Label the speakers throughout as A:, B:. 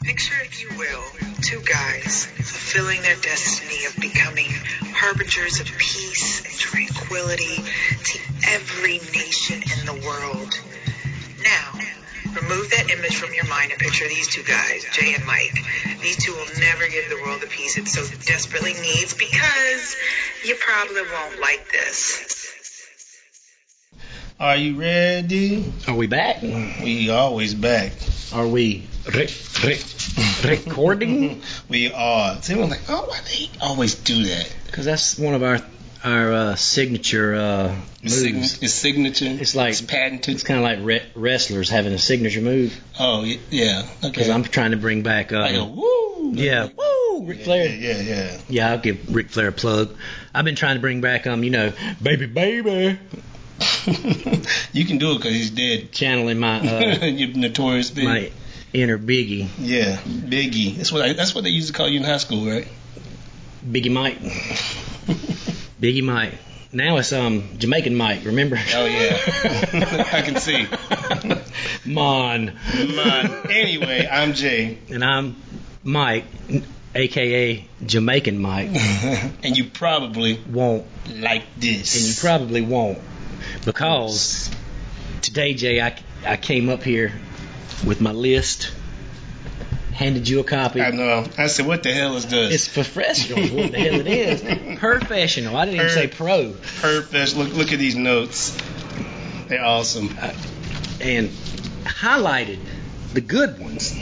A: Picture, if you will, two guys fulfilling their destiny of becoming harbingers of peace and tranquility to every nation in the world. Now, remove that image from your mind and picture these two guys, Jay and Mike. These two will never give the world the peace it so desperately needs because you probably won't like this.
B: Are you ready?
C: Are we back?
B: We always back.
C: Are we re- re- recording?
B: we are. See, I'm like, oh, why they always do that?
C: Because that's one of our our uh, signature uh,
B: It's, sign-
C: moves.
B: it's signature.
C: It's like-
B: it's patented.
C: It's kind of like re- wrestlers having a signature move.
B: oh y- yeah. Okay.
C: Because I'm trying to bring back.
B: like a
C: Uh,
B: woo.
C: yeah, woo, Ric
B: Yeah,
C: Flair.
B: yeah, yeah.
C: Yeah, I'll give Ric Flair a plug. I've been trying to bring back, um, you know, baby, baby,
B: you can do it because he's dead.
C: channeling my uh,
B: you notorious big.
C: my inner Biggie,
B: Yeah, Biggie. That's what I, that's what they used to call you in high school, right?
C: Biggie Mike, Biggie Mike. Now it's um Jamaican Mike. Remember?
B: Oh yeah, I can see.
C: Mon.
B: Mine. Anyway, I'm Jay,
C: and I'm Mike, aka Jamaican Mike,
B: and you probably
C: won't,
B: like
C: and you
B: this.
C: probably won't, because today, Jay, I, I came up here with my list, handed you a copy.
B: I know. I said, what the hell is this?
C: It's professional, is what the hell it is. Professional. I didn't even say pro.
B: Perfect. Look, look at these notes. They're awesome.
C: And highlighted the good ones.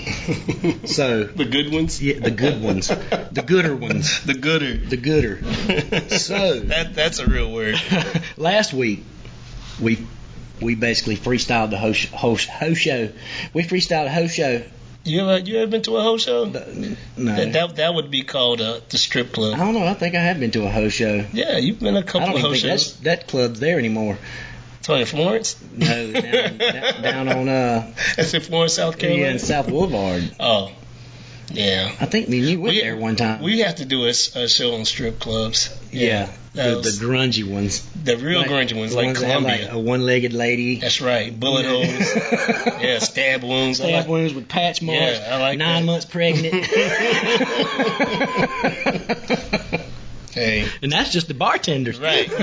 C: So,
B: the good ones.
C: yeah, the good ones, the gooder ones,
B: The gooder.
C: the gooder. So-
B: that that's a real word.
C: last week we we basically freestyled the whole, sh- whole, sh- whole show. We freestyled a whole show.
B: You ever you ever been to a whole show?
C: No,
B: that, that that would be called uh, the strip
C: I
B: club.
C: don't know. I think I have been to a whole show.
B: Yeah, you've been to a
C: I
B: couple
C: don't
B: of
C: even
B: whole
C: think that's,
B: shows.
C: that club's there anymore.
B: Tony Florence.
C: No, down, down down on uh,
B: That's in Florence, South Carolina.
C: yeah, in South Boulevard.
B: Oh, yeah.
C: I think me and you went
B: We-
C: there one time.
B: We have to do a, s- a show on strip clubs.
C: yeah,
B: that
C: the,
B: was-
C: the grungy ones,
B: The real grungy ones,
C: the
B: like
C: that had,
B: Columbia.
C: like a one-legged lady,
B: That's right. Bullet holes. Yeah, stab wounds. I
C: stab
B: like-
C: wounds with patch marks,
B: Yeah, I like
C: nine
B: that.
C: months pregnant,
B: Hey.
C: and that's just the bartenders.
B: Right. no,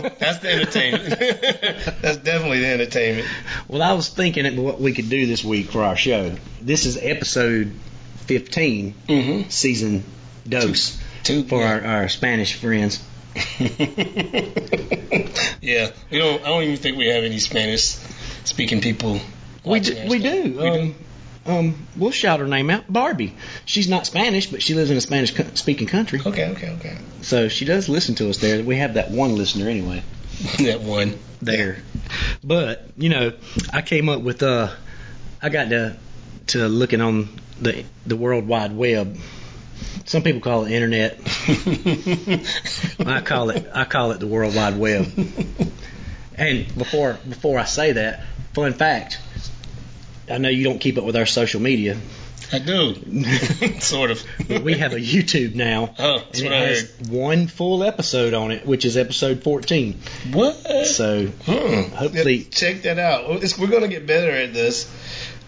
B: that's the entertainment. that's definitely the entertainment.
C: Well, I was thinking of what we could do this week for our show. This is episode 15,
B: Mm-hmm.
C: season dose,
B: Two
C: for our, our Spanish friends.
B: yeah, we don't. I don't even think we have any Spanish speaking people.
C: We
B: watching
C: do.
B: our
C: We
B: stuff.
C: do. um, um, we'll shout her name out, Barbie. She's not Spanish, but she lives in a Spanish-speaking country,
B: Okay, okay, okay.
C: so she does listen to us there. We have that one listener anyway
B: that one.
C: there. But you know, I came up with uh, I got to to looking on the the World Wide Web. Some people call it internet. I call it I call it the World Wide Web. And before before I say that, fun fact. I know you don't keep up with our social media,
B: I do. sort of.
C: but we have a YouTube now.
B: Oh, that's
C: and it
B: what I
C: has one full episode on it, which is episode 14.
B: What?
C: So
B: Hmm.
C: Hopefully-
B: Yeah, check that out. Well, It's, we're gonna get better at this.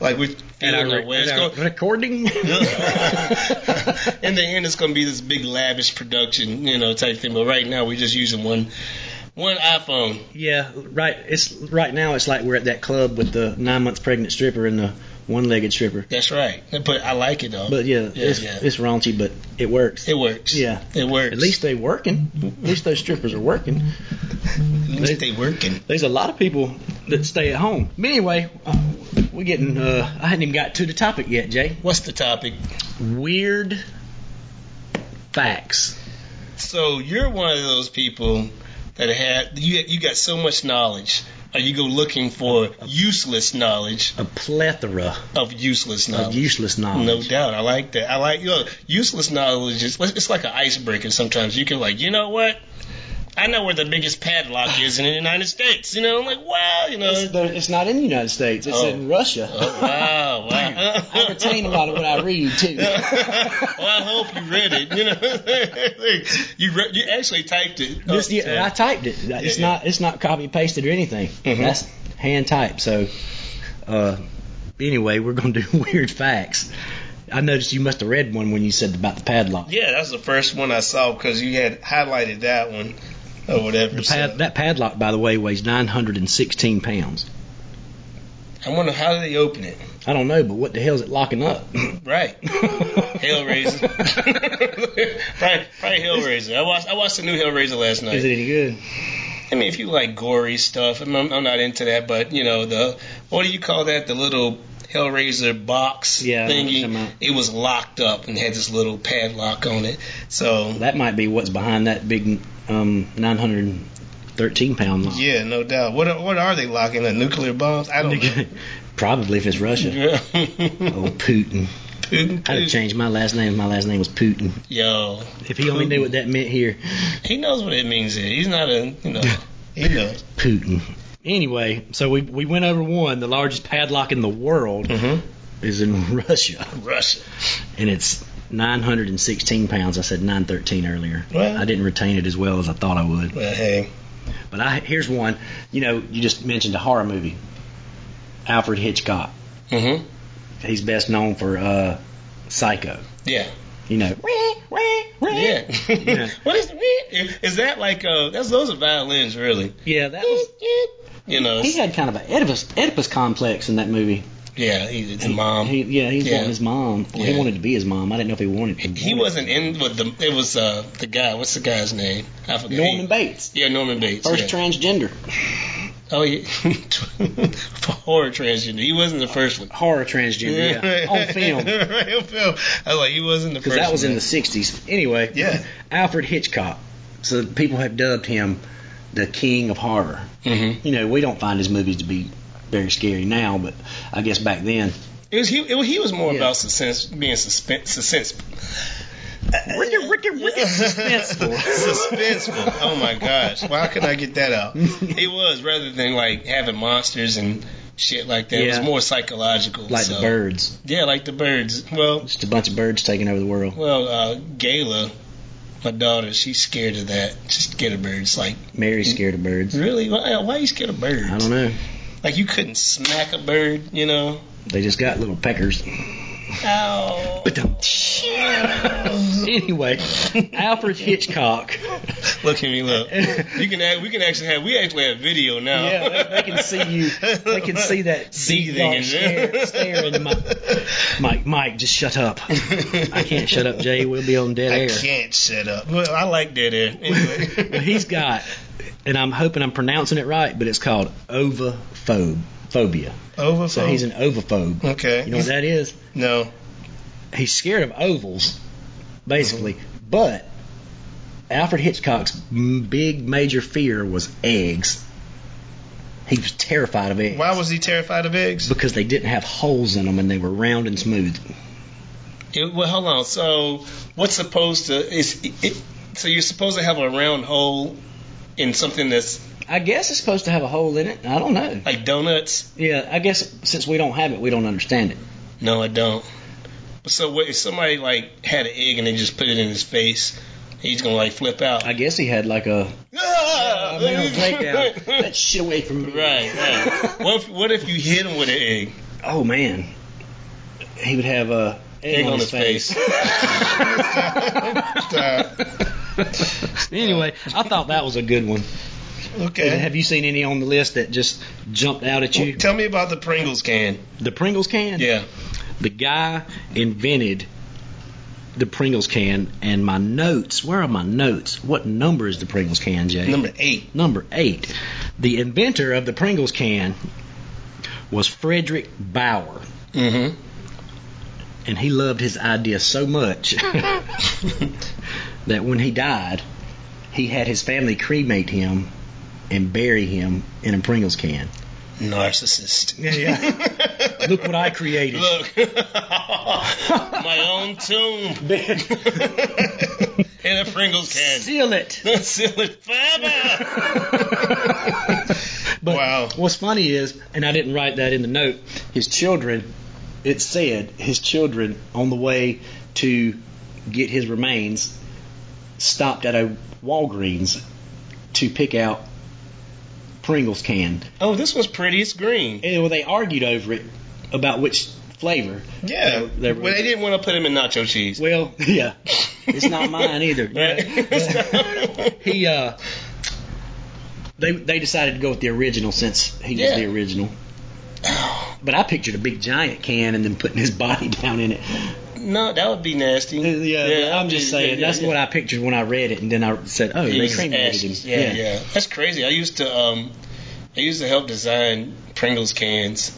B: Like we
C: and our,
B: our way.
C: and
B: It's
C: our
B: gonna-
C: recording.
B: in the end, it's gonna be this big lavish production, you know, type thing. But right now, we're just using one one iPhone.
C: yeah, right. It's right now. It's like we're at that club with the nine months pregnant stripper and the one legged stripper.
B: That's right. But I like it though.
C: But yeah,
B: Yeah,
C: it's,
B: yeah.
C: it's raunchy, but it works.
B: it works.
C: Yeah.
B: it works.
C: At least they working. At least those strippers are working.
B: at least they working.
C: There's a lot of people that stay at home. But anyway, uh, we're getting. Uh, I hadn't even got to the topic yet, Jay.
B: What's the topic?
C: Weird facts.
B: So you're one of those people that had you you got so much knowledge. Or you go looking for useless knowledge
C: A plethora
B: of useless
C: of
B: knowledge.
C: useless knowledge.
B: No doubt, I like that. I like look, useless knowledge is it's like an icebreaker. Sometimes you can like, you know what? I know where the biggest padlock is in the United States. You know, I'm like, wow, you know.
C: It's, there- it's not in the United States. It's
B: Oh.
C: in Russia.
B: Oh, wow, wow.
C: I retain a lot of what I read too.
B: well, I hope you read it. You know, you re- you actually typed it.
C: This,
B: Oh,
C: yeah, I typed it. It's
B: yeah. Mm-hmm.
C: not. It's not copy pasted or anything.
B: Mhm.
C: That's hand typed. So, uh, anyway, we're going to do weird facts. I noticed you must have read one when you said about the padlock.
B: Yeah, that's the first one I saw because you had highlighted that one or whatever.
C: The
B: so-
C: pad, that padlock, by the way, weighs 916 pounds.
B: I wonder how do they open it?
C: I don't know, but what the hell is it locking up?
B: Right. Hellraiser. probably, probably Hellraiser. I watched I watched the new Hellraiser last night.
C: Is it any good?
B: I mean, if you like gory stuff, I'm, I'm I'm not into that, but you know the what do you call that? The little Hellraiser box
C: Yeah, I know what you're talking
B: thingy.
C: about.
B: It was locked up and had this little padlock on it. So
C: That might be what's behind that big um, 913 pound lock.
B: yeah, no doubt. What are, what are they locking? The nuclear bombs? I don't know.
C: Probably if it's Russia.
B: Yeah.
C: Oh, Putin.
B: Putin,
C: I'd have
B: Putin.
C: changed my last name. if My last name was Putin.
B: Yo,
C: If he only knew what that meant here.
B: he knows what it means. Here. He's not a you know. He knows.
C: Putin. Anyway, so we, we went over one. The largest padlock in the world
B: Mm-hmm.
C: is in Russia,
B: Russia.
C: and it's 916 pounds. I said 913 earlier.
B: Well-
C: I didn't retain it as well as I thought I would.
B: Well, hey.
C: But I here's one. You know, you just mentioned a horror movie. Alfred Hitchcock.
B: Mm-hmm.
C: He's best known for uh, Psycho.
B: Yeah.
C: You know,
B: Yeah.
C: Yeah.
B: what is is that like? Uh, that's those are violins, really.
C: yeah, that was.
B: You know.
C: He had kind of an Oedipus, Oedipus complex in that movie.
B: Yeah, he's his mom.
C: He,
B: He,
C: yeah, he was
B: Yeah.
C: wanting his mom. Well,
B: Yeah.
C: He wanted to be his mom. I didn't know if he wanted. He,
B: wasn't in with the. It was uh the guy. What's the guy's name? I forgot.
C: Norman
B: He-
C: Bates,
B: Yeah, Norman Bates.
C: first
B: yeah.
C: transgender
B: oh yeah, horror transgender. He wasn't the first one.
C: horror transgender yeah, on film because
B: Right, on film. I was like, he wasn't the first.
C: that was
B: one.
C: in the '60s. Anyway,
B: Yeah.
C: Alfred Hitchcock. So people have dubbed him the king of horror.
B: Mm-hmm.
C: You know, we don't find his movies to be very scary now, but I guess back then.
B: It was he. It, was- he was more
C: Yeah.
B: about suspense, being suspense, suspense,
C: Wicked, wicked, wicked
B: suspenseful. Oh my gosh, why could I get that out? He was rather than like having monsters and shit like that. It was
C: Yeah.
B: more psychological.
C: Like
B: so-
C: the birds.
B: Yeah, like the birds. Well,
C: Just a bunch of birds taking over the world.
B: well, uh, Gayla, my daughter, she's scared of that. She's scared of birds. Like,
C: Mary's scared of birds.
B: really? Why, why are you scared of birds?
C: I don't know.
B: Like, you couldn't smack a bird, you know?
C: They just got little peckers.
B: Ow.
C: But um, anyway, Alfred Hitchcock.
B: Look at me, look. You can act, we can actually have we actually have video now.
C: Yeah, they, they can see you. They can see that
B: Seething
C: deep,
B: in
C: dark
B: there.
C: stare, stare in my, Mike, Mike, just shut up. I can't shut up, Jay. We'll be on dead
B: I
C: air.
B: can't shut up. Well, I like dead air.
C: Well,
B: Anyway.
C: he's got, and I'm hoping I'm pronouncing it right, but it's called ovophobe phobia.
B: Over.
C: So he's an ovophobe.
B: okay.
C: You know what that is?
B: no.
C: He's scared of ovals, basically. But Alfred Hitchcock's m- big major fear was eggs. He was terrified of eggs
B: Why was he terrified of eggs?
C: because they didn't have holes in them and they were round and smooth.
B: It, well, hold on. So what's supposed to is it, it, so you're supposed to have a round hole in something that's
C: I guess it's supposed to have a hole in it. I don't know.
B: like donuts?
C: Yeah, I guess since we don't have it, we don't understand it.
B: No, I don't. So what if somebody like had an egg and they just put it in his face? He's gonna like flip out.
C: I guess he had like a
B: Ah!
C: I mean, on breakdown. that shit away from me.
B: Right, right. What if, what if you hit him with an egg?
C: Oh man, he would have a egg, on, his, face.
B: Uh,
C: anyway, I thought that was a good one.
B: okay.
C: Have you seen any on the list that just jumped out at you?
B: Tell me about the Pringles can.
C: The Pringles can.
B: Yeah.
C: The guy invented the Pringles can, and my notes. Where are my notes? What number is the Pringles can, Jay?
B: Number eight.
C: Number eight, the inventor of the Pringles can was Frederick Bauer,
B: Mm-hmm.
C: and he loved his idea so much that when he died, he had his family cremate him and bury him in a Pringles can.
B: Narcissist.
C: Look what I created.
B: Look, my own tomb in a Pringles can.
C: Seal it.
B: Seal it forever.
C: But
B: Wow.
C: what's funny is, and I didn't write that in the note, his children, it said his children on the way to get his remains stopped at a Walgreens to pick out Pringles can.
B: Oh, this one's pretty. It's green.
C: And, well, they argued over it, about which flavor.
B: Yeah,
C: They- they were-
B: well, they didn't want to put him in nacho cheese.
C: Well, yeah, it's not mine either.
B: Right?
C: He uh, they they decided to go with the original since he
B: Yeah.
C: was the original. But I pictured a big giant can and then putting his body down in it.
B: no, that would be nasty.
C: Yeah, I'm just saying that's what I pictured when I read it, and then I said, "Oh, they cremated him."
B: Yeah, yeah, That's crazy. I used to um, I used to help design Pringles cans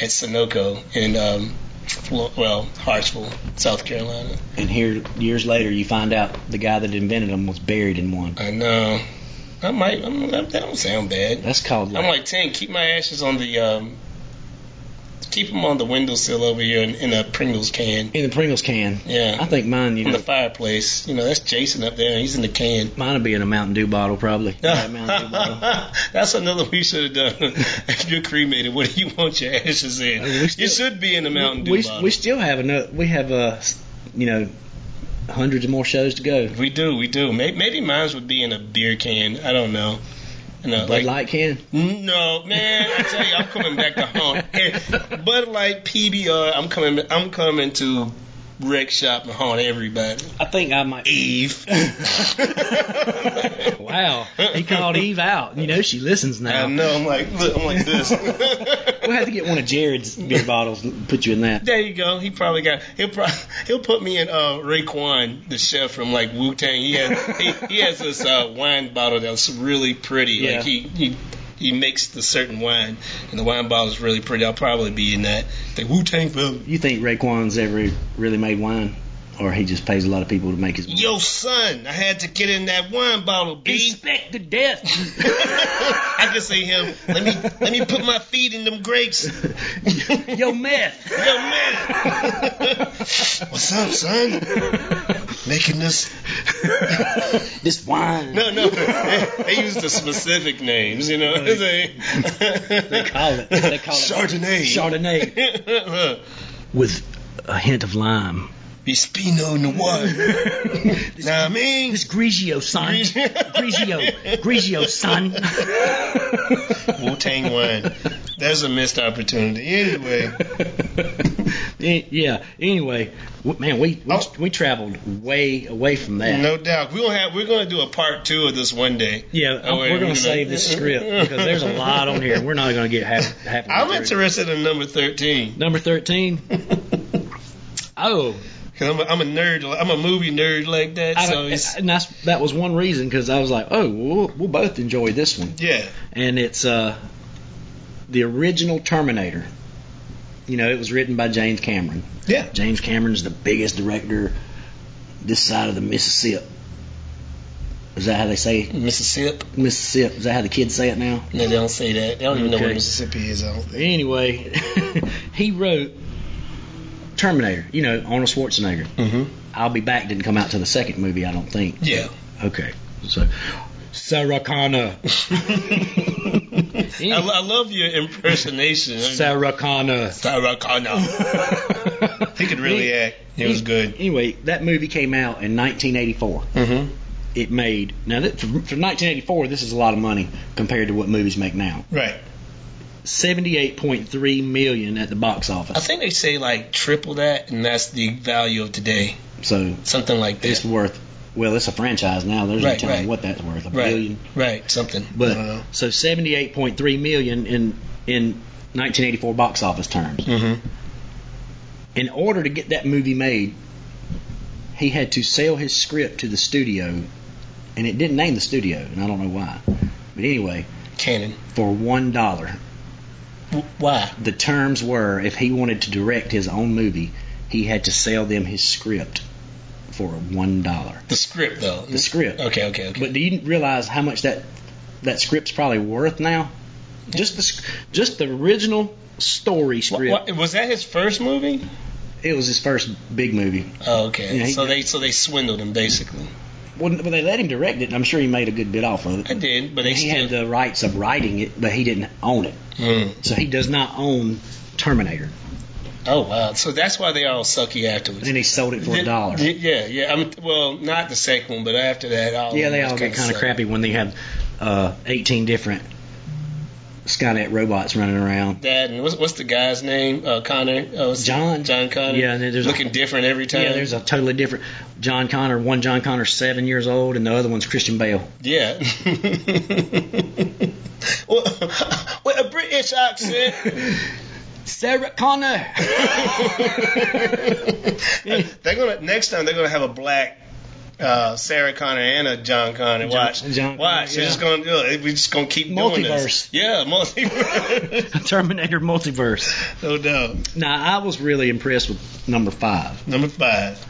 B: at Sunoco in um, Flo- well, Hartsville, South Carolina.
C: And here, years later, you find out the guy that invented them was buried in one.
B: I know. uh, I might. I'm, that don't sound bad.
C: That's called
B: I'm
C: like,
B: like ten. Keep my ashes on the um, keep them on the windowsill over here in, in a Pringles can.
C: in the Pringles can.
B: Yeah.
C: I think mine, you
B: in
C: know,
B: the fireplace. You know, that's Jason up there. and He's in the can.
C: mine would be in a Mountain Dew bottle probably. Yeah, Mountain Dew bottle.
B: that's another we should have done. if you're cremated, what do you want your ashes in?
C: mean, we
B: you
C: still-
B: should be in the Mountain Dew
C: we,
B: bottle.
C: we still have another. We have uh, s- you know, hundreds more shows to go.
B: We do, we do. Maybe, maybe mine would be in a beer can. I don't know. You know,
C: Bud
B: like,
C: Light can.
B: no, man. I tell you, I'm coming back to haunt. And Bud Light, PBR. I'm coming. I'm coming to wreck shop and haunt everybody.
C: I think I might.
B: Eve.
C: Wow, he called Eve out. You know she listens now.
B: I know. I'm like, look, I'm like this.
C: We'll have to get one of Jared's beer bottles and put you in that.
B: There you go. He probably got. He'll pro- he'll put me in uh, Raekwon, the chef from like Wu Tang. He has he, he has this uh, wine bottle that's really pretty.
C: Yeah.
B: Like he he he makes the certain wine, and the wine bottle is really pretty. I'll probably be in that the Wu Tang film.
C: You think Raekwon's ever really made wine, or he just pays a lot of people to make his wine?
B: Yo, son, I had to get in that wine bottle, B.
C: Respect to death.
B: I can see him. Let me let me put my feet in them grapes.
C: Yo, meth.
B: Yo, man. What's up, son? Making this
C: This wine.
B: No, no. They, they use the specific names, you know. They,
C: They call it. They call it
B: Chardonnay.
C: Chardonnay
B: Chardonnay.
C: with a hint of lime.
B: Bispino Noir. Nah, I mean.
C: It's Grigio, son. Grigio. Grigio, son.
B: Wu Tang wine. There's a missed opportunity. Anyway.
C: Eh, yeah. Anyway, w- man, we we,
B: Oh.
C: we traveled way away from that.
B: No doubt. We gonna have. We're gonna do a part two of this one day.
C: Yeah,
B: Oh, wait,
C: I'm- we're
B: wait
C: going
B: a
C: to save
B: minute.
C: this script because there's a lot on here. We're not going to get half. half of
B: I'm
C: it through.
B: interested in number thirteen.
C: Number thirteen. oh,
B: Cause I'm a, I'm a nerd. I'm a movie nerd like that.
C: I
B: so
C: don't-
B: it's,
C: and that's that was one reason because I was like, oh, we'll, we'll both enjoy this one,
B: yeah.
C: and it's uh, the original Terminator. You know, it was written by James Cameron.
B: Yeah.
C: James Cameron's the biggest director this side of the Mississippi. Is that how they say
B: Mississippi.
C: Mississippi? Is that how the kids say it now?
B: No, they don't say that. They don't even know where
C: Okay.
B: Mississippi is. I don't think.
C: Anyway, he wrote Terminator. You know, Arnold Schwarzenegger.
B: Mm-hmm.
C: I'll Be Back didn't come out till the second movie, I don't think.
B: Yeah.
C: Okay, so Sarah Connor.
B: I, lo- I love your impersonation.
C: Sarah Connor.
B: Sarah Connor. he could really act. He was good.
C: Anyway, that movie came out in 1984.
B: Mm-hmm.
C: It made now that, for, for 1984, this is a lot of money compared to what movies make now.
B: Right.
C: 78.3 million at the box
B: I
C: office.
B: think they say like triple that, and that's the value of today.
C: So
B: Something like
C: it's
B: this.
C: worth. Well, it's a franchise now. There's
B: Right,
C: no telling
B: right.
C: what that's worth. A
B: Right.
C: billion.
B: Right. Something.
C: But
B: I don't know.
C: so 78.3 million in in 1984 box office terms.
B: Mm-hmm.
C: In order to get that movie made, he had to sell his script to the studio, and it didn't name the studio, and I don't know why. But anyway,
B: Canon.
C: for one dollar,
B: W- why?
C: the terms were if he wanted to direct his own movie, he had to sell them his script for one dollar.
B: The script though.
C: The script.
B: Okay. Okay. Okay.
C: But do you realize how much that that script's probably worth now? Just the sc- just the original story script.
B: Wha- wha- was that his first movie?
C: It was his first big movie.
B: Oh, okay.
C: Yeah, he-
B: so they so they swindled him basically.
C: Well, n- well, they let him direct it. and I'm sure he made a good bit off of it.
B: I did, but they
C: He
B: still.
C: had the rights of writing it, but he didn't own it.
B: Mm.
C: So he does not own Terminator.
B: Oh wow! So that's why they all sucky afterwards.
C: And he sold it for a
B: Th-
C: dollar.
B: th- Yeah, yeah. I mean, well, not the second one, but after that, all
C: Yeah,
B: of them
C: they
B: was
C: all get
B: kinda
C: kind of
B: suck.
C: crappy when they have uh, 18 different Skynet robots running around.
B: That and what's, what's the guy's name? Uh, Connor. Oh, it's
C: John.
B: John Connor.
C: Yeah, and then there's a-
B: looking different every time.
C: Yeah, there's a totally different John Connor. One John Connor's seven years old, and the other one's Christian Bale.
B: Yeah. well, with a British accent.
C: Sarah Connor.
B: they're gonna next time they're gonna have a black uh, Sarah Connor and a John Connor. Watch,
C: John Connor,
B: watch. They're
C: yeah.
B: just gonna do it. We're just gonna keep doing
C: Multiverse.
B: this. Yeah, multiverse.
C: Terminator multiverse.
B: no doubt.
C: Now I was really impressed with number five.
B: Number five.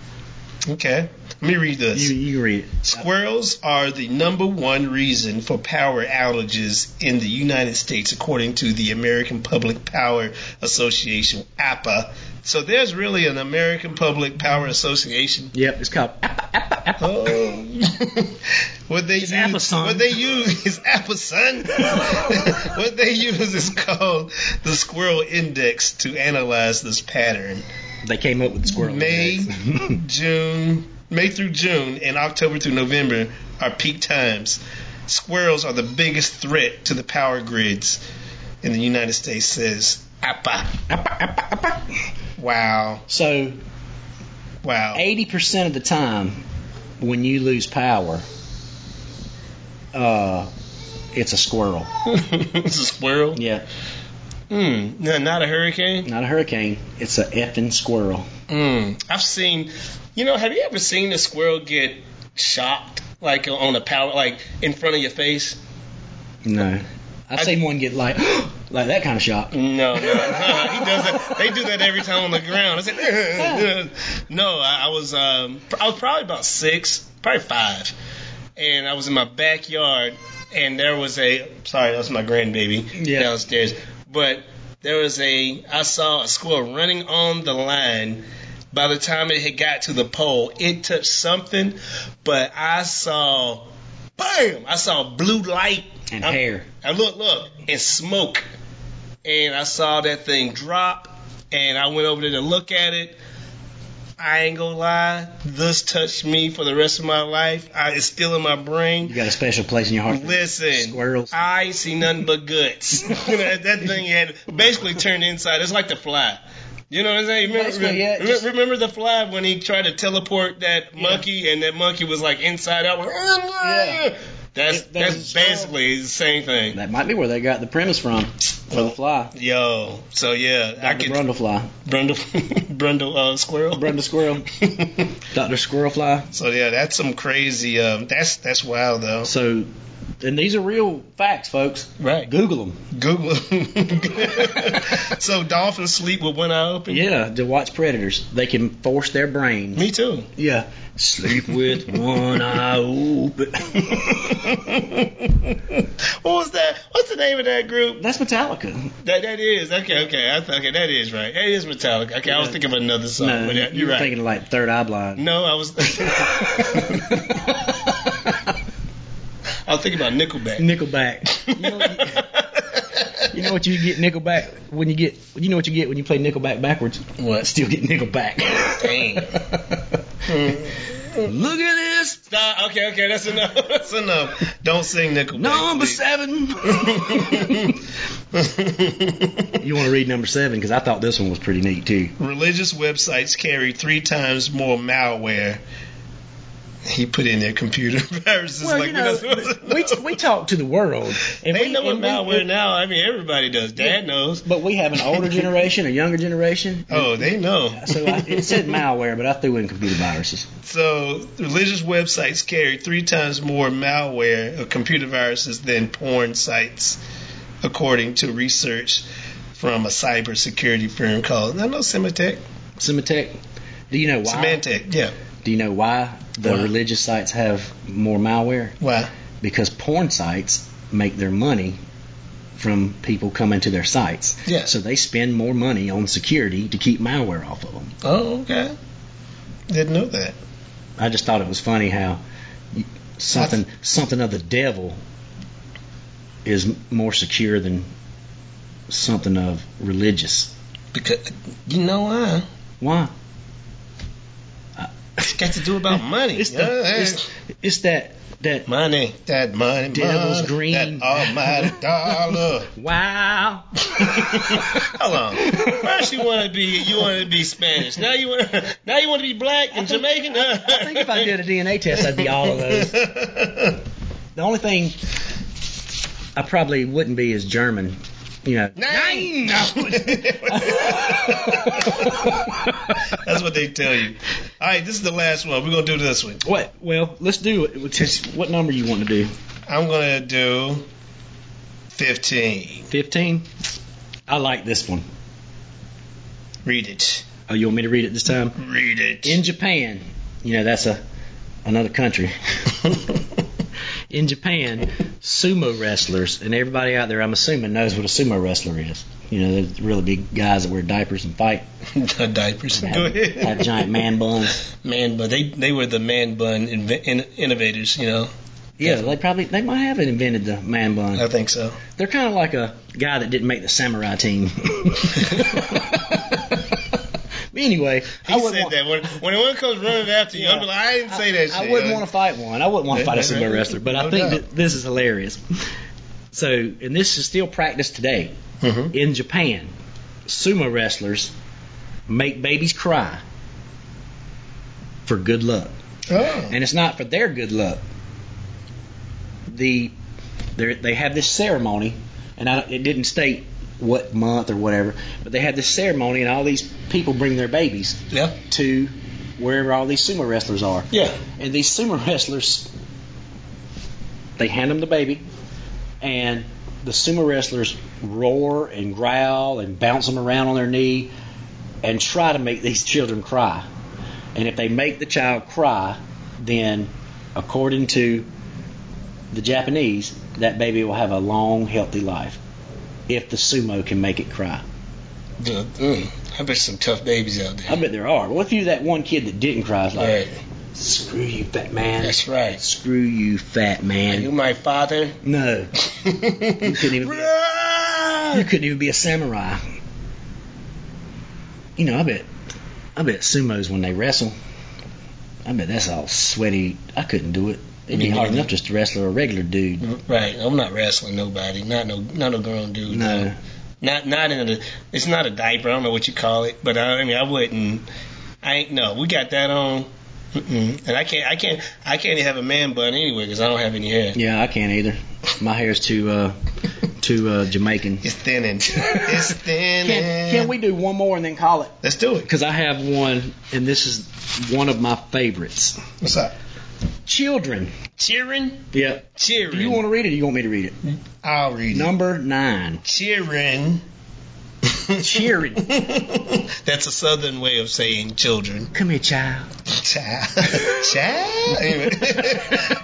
B: Okay, let me read this.
C: You, you read it.
B: Squirrels are the number one reason for power outages in the United States, according to the American Public Power Association (APA). So there's really an American Public Power Association.
C: Yep, it's called.
B: Oh. what they use,
C: It's Apple, son.
B: what they use is Apple son. what they use is called the Squirrel Index to analyze this pattern.
C: They came up with the squirrel.
B: May,
C: index.
B: June, May through June, and October through November are peak times. Squirrels are the biggest threat to the power grids in the United States, says APA. Wow,
C: so
B: wow.
C: eighty percent of the time, when you lose power, uh, it's a squirrel.
B: it's a squirrel.
C: Yeah,
B: Mm, no, not a hurricane.
C: not a hurricane. It's a effing squirrel.
B: Mm, I've seen. You know, have you ever seen a squirrel get shocked like on a power, like in front of your face?
C: No, I've
B: I-
C: seen one get like like that kind of shock.
B: No, no, no. He does that. They do that every time on the ground. I said, no, I, I was, um, I was probably about six, probably five, and I was in my backyard, and there was a. Sorry, that was my grandbaby
C: Yeah.
B: downstairs, but there was a. I saw a squirrel running on the line. By the time it had got to the pole, it touched something, but I saw, bam! I saw blue light
C: And
B: I'm-
C: hair.
B: I look, look, and smoke. And I saw that thing drop, and I went over there to look at it. I ain't gonna lie, this touched me for the rest of my life. I, it's still in my
C: You
B: brain.
C: got a special place in your heart. for
B: Listen,
C: squirrels.
B: I see nothing but guts. You know, that thing had basically turned inside. It's like the fly. You know what I'm saying? Remember,
C: Basically, yeah,
B: remember,
C: just-
B: remember the fly when he tried to teleport that monkey, and that monkey was like inside out.
C: Yeah.
B: That's
C: That- that's
B: that's
C: a squirrel.
B: basically the same thing.
C: that might be where they got the premise from for the fly.
B: Yo, so yeah, I
C: The
B: could
C: Brundle fly.
B: Brundle Brundle uh, squirrel.
C: Brundle squirrel. Dr. Squirrel fly.
B: so yeah, that's some crazy. Um, that's that's wild though.
C: So, and these are real facts, folks.
B: Right.
C: Google them.
B: Google. so dolphins sleep with one eye open.
C: Yeah, to watch predators. They can force their brain.
B: Me too.
C: Yeah. Sleep with one eye open.
B: what was that? What's the name of that group?
C: That's Metallica.
B: That that is okay. Okay, I th- okay. That is right. That is Metallica. Okay, I was
C: Yeah.
B: thinking of another song.
C: No,
B: but
C: you-
B: yeah, you're
C: you're
B: right.
C: thinking like Third Eye Blind.
B: no, I was. I was thinking about Nickelback.
C: Nickelback. You know, you know what you get Nickelback when you get you know what you get when you play Nickelback backwards.
B: What?
C: Still get Nickelback.
B: Damn.
C: Look at this
B: Stop. Okay, okay, that's enough. That's enough. Don't sing Nickelback.
C: number
B: please.
C: seven. you want to read number seven because I thought this one was pretty neat too.
B: Religious websites carry three times more malware. He put in their computer viruses.
C: Well,
B: like
C: you
B: we're not
C: know,
B: supposed to
C: we,
B: know.
C: we talk to the world. And
B: they
C: we,
B: know what
C: and we-
B: malware now. I mean, everybody does. Dad knows.
C: But we have an older generation, a younger generation.
B: Oh, they know.
C: So I, it said malware, but I threw in computer viruses.
B: So, religious websites carry three times more malware or computer viruses than porn sites, according to research from a cybersecurity firm called I know Symantec.
C: Symantec. Do you know why?
B: Symantec, yeah.
C: Do you know why the
B: Why?
C: religious sites have more malware?
B: Why?
C: Because porn sites make their money from people coming to their sites.
B: Yeah.
C: So they spend more money on security to keep malware off of them.
B: Oh, okay. Didn't know that.
C: I just thought it was funny how y- something something of the devil is m- more secure than something of religious.
B: Because you know why?
C: Why?
B: It's got to do about money.
C: It's,
B: Yeah,
C: the,
B: hey.
C: it's, it's that that
B: Money.
D: That money,
C: Devil's
D: money,
C: green.
D: That almighty dollar.
C: wow.
B: Hold on. First you want to be you want to be Spanish. Now you want to now you want to be black and Jamaican.
C: I think if I did a DNA test, I'd be all of those. The only thing I probably wouldn't be is German. You know.
D: Nine. That's what they tell you. All right, this is the last one. We're gonna do this one.
C: What? Well, let's do it. Which is- What number you want to do?
D: I'm gonna do fifteen.
C: Fifteen. I like this one.
D: Read it.
C: Oh, you want me to read it this time?
D: Read it.
C: In Japan, you know that's a another country. In Japan, sumo wrestlers and everybody out there, I'm assuming, knows what a sumo wrestler is. You know, they're really big guys that wear diapers and fight,
B: The diapers. Go
C: have,
B: ahead.
C: have giant man buns.
B: Man bun. They they were the man bun inve- in, innovators. You know.
C: Yeah, they probably they might have invented the man bun.
B: I think so.
C: They're kind of like a guy that didn't make the samurai team. anyway, I
B: He
C: wouldn't
B: said
C: want-
B: that when when one comes running after you, I'm like, I didn't say that
C: I
B: shit.
C: wouldn't want to fight one. I wouldn't want to fight a
B: Yeah,
C: sumo
B: yeah.
C: wrestler, but I
B: No
C: think
B: doubt.
C: that this is hilarious. So, and this is still practiced today
B: Mhm.
C: in Japan. Sumo wrestlers make babies cry for good luck,
D: Oh.
C: and it's not for their good luck. The they're- they have this ceremony, and I, it didn't state what month or whatever, but they have this ceremony, and all these people bring their babies
B: Yeah.
C: to wherever all these sumo wrestlers are.
B: Yeah.
C: And these sumo wrestlers, they hand them the baby, and the sumo wrestlers roar and growl and bounce them around on their knee and try to make these children cry. And if they make the child cry, then according to the Japanese, that baby will have a long, healthy life if the sumo can make it cry.
B: The- mm. I bet some tough babies out
C: I
B: there.
C: bet there are. What if you that one kid that didn't cry is like,
B: Right.
C: screw you, fat man.
B: That's right.
C: Screw you, fat
B: Are
C: man.
B: you my father?
C: No,
B: you
C: couldn't even be- you couldn't even be a samurai. You know, I bet, I bet sumos when they wrestle, I bet that's all sweaty. I couldn't do it. It'd be
B: Me
C: hard
B: neither.
C: enough just to wrestle a regular dude.
B: Right. I'm not wrestling nobody. Not no. Not no grown dude.
C: No,
B: Not not in a. It's not a diaper. I don't know what you call it. But I, I mean, I wouldn't. I ain't no. We got that on. Mm-mm. And I can't. I can't. I can't even have a man bun anyway because I don't have any hair.
C: yeah, I can't either. My hair's too, uh, too uh, Jamaican.
D: It's thinning. It's thinning.
C: Can, can we do one more and then call it?
D: Let's do it.
C: Because I have one, and this is one of my favorites.
D: What's up?
C: Children.
B: Cheering.
C: Yeah.
B: Cheering.
C: Do you want to read it? or You want me to read it?
D: I'll read it.
C: Number nine.
B: cheering?
C: Cheering.
B: That's a southern way of saying children.
C: Come here, child.
D: Child. Child. Anyway.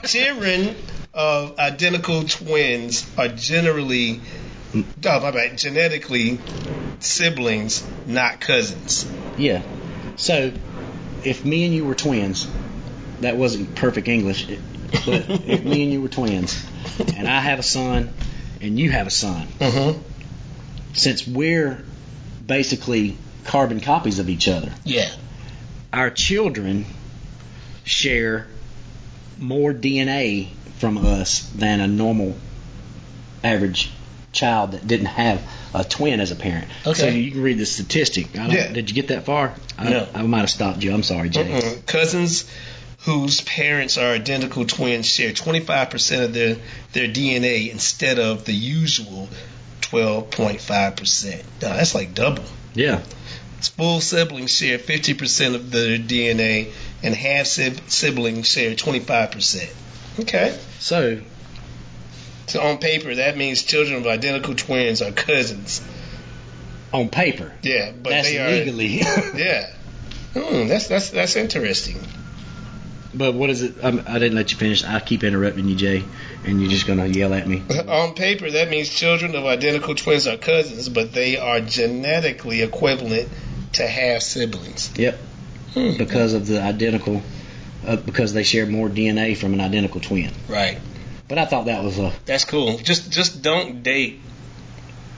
D: Children of identical twins are generally, oh, my bad, genetically siblings, not cousins.
C: Yeah. So, if me and you were twins, that wasn't perfect English, it- but if me and you were twins, and I have a son, and you have a son,
B: Mm-hmm.
C: since we're basically carbon copies of each other,
B: Yeah.
C: our children share more DNA from us than a normal average child that didn't have a twin as a parent.
B: Okay.
C: So you can read the statistic. I don't,
D: Yeah.
C: Did you get that far? I,
B: No.
C: I might have stopped you. I'm sorry, Jay.
D: Mm-mm. Mm-hmm. Cousins whose parents are identical twins share 25% of their, their DNA instead of the usual 12.5%. Now, that's like double.
C: Yeah.
D: Full siblings share 50% of their DNA, and half sib- siblings share 25%. Okay.
C: So
D: So on paper, that means children of identical twins are cousins.
C: on paper,
D: Yeah, but
C: that's
D: they are.
C: legally.
D: Yeah. Hmm, that's that's that's interesting.
C: but what is it? I'm, I didn't let you finish. I keep interrupting you, Jay, and you're just gonna yell at me.
D: On paper, that means children of identical twins are cousins, but they are genetically equivalent to half siblings.
C: Yep.
D: Hmm.
C: Because of the identical, uh, because they share more DNA from an identical twin.
B: Right.
C: But I thought that was a
B: That's cool. Just just don't date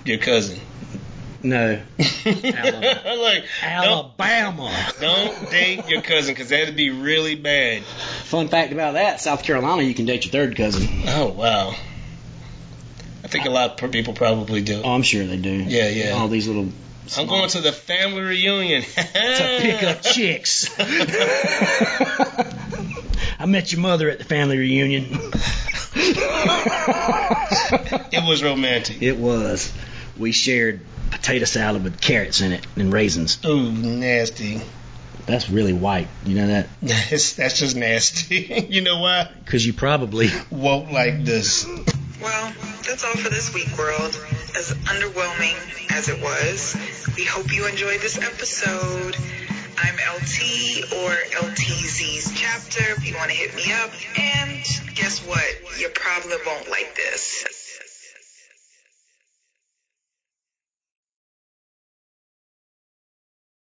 B: your cousin.
C: No. Alabama.
B: like, don't,
C: Alabama.
B: don't date your cousin because that'd be really bad.
C: Fun fact about that: South Carolina, you can date your third cousin.
B: Oh wow. I think a lot of people probably do.
C: Oh, I'm sure they do.
B: Yeah, yeah.
C: All these little.
B: I'm going to the family reunion
C: to pick up chicks. I met your mother at the family reunion.
B: It was romantic.
C: It was. We shared potato salad with carrots in it and raisins.
B: Ooh, nasty.
C: That's really white. You know that?
B: That's, that's just nasty. you know why?
C: Because you probably.
B: Woke like this.
A: Well, that's all for this week, world. As underwhelming as it was, we hope you enjoyed this episode. I'm LT or LTZ's chapter if you want to hit me up. And guess what? You probably won't like this.